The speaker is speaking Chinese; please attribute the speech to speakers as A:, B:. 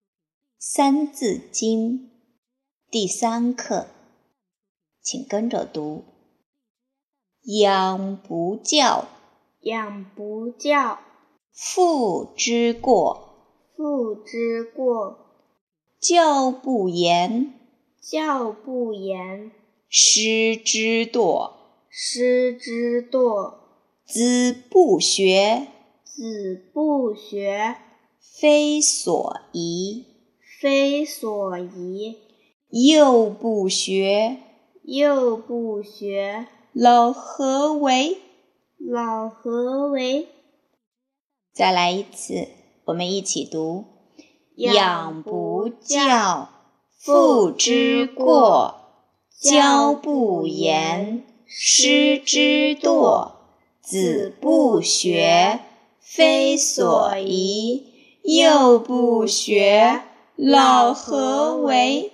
A: 《三字经》第三课，请跟着读：养不教，
B: 养不教，
A: 父之过；
B: 父之过；
A: 教不严，
B: 教不严，
A: 师之惰；
B: 师之惰；
A: 子不学，
B: 子不学，
A: 非所宜；
B: 非所宜；
A: 幼不学，
B: 幼不学，
A: 老何为？
B: 老何为？
A: 再来一次，我们一起读：
B: 养
A: 养
B: 不
A: 不
B: 教，
A: 教，父之过；教不严，师之惰；子不学，非所宜；幼不学，老何为？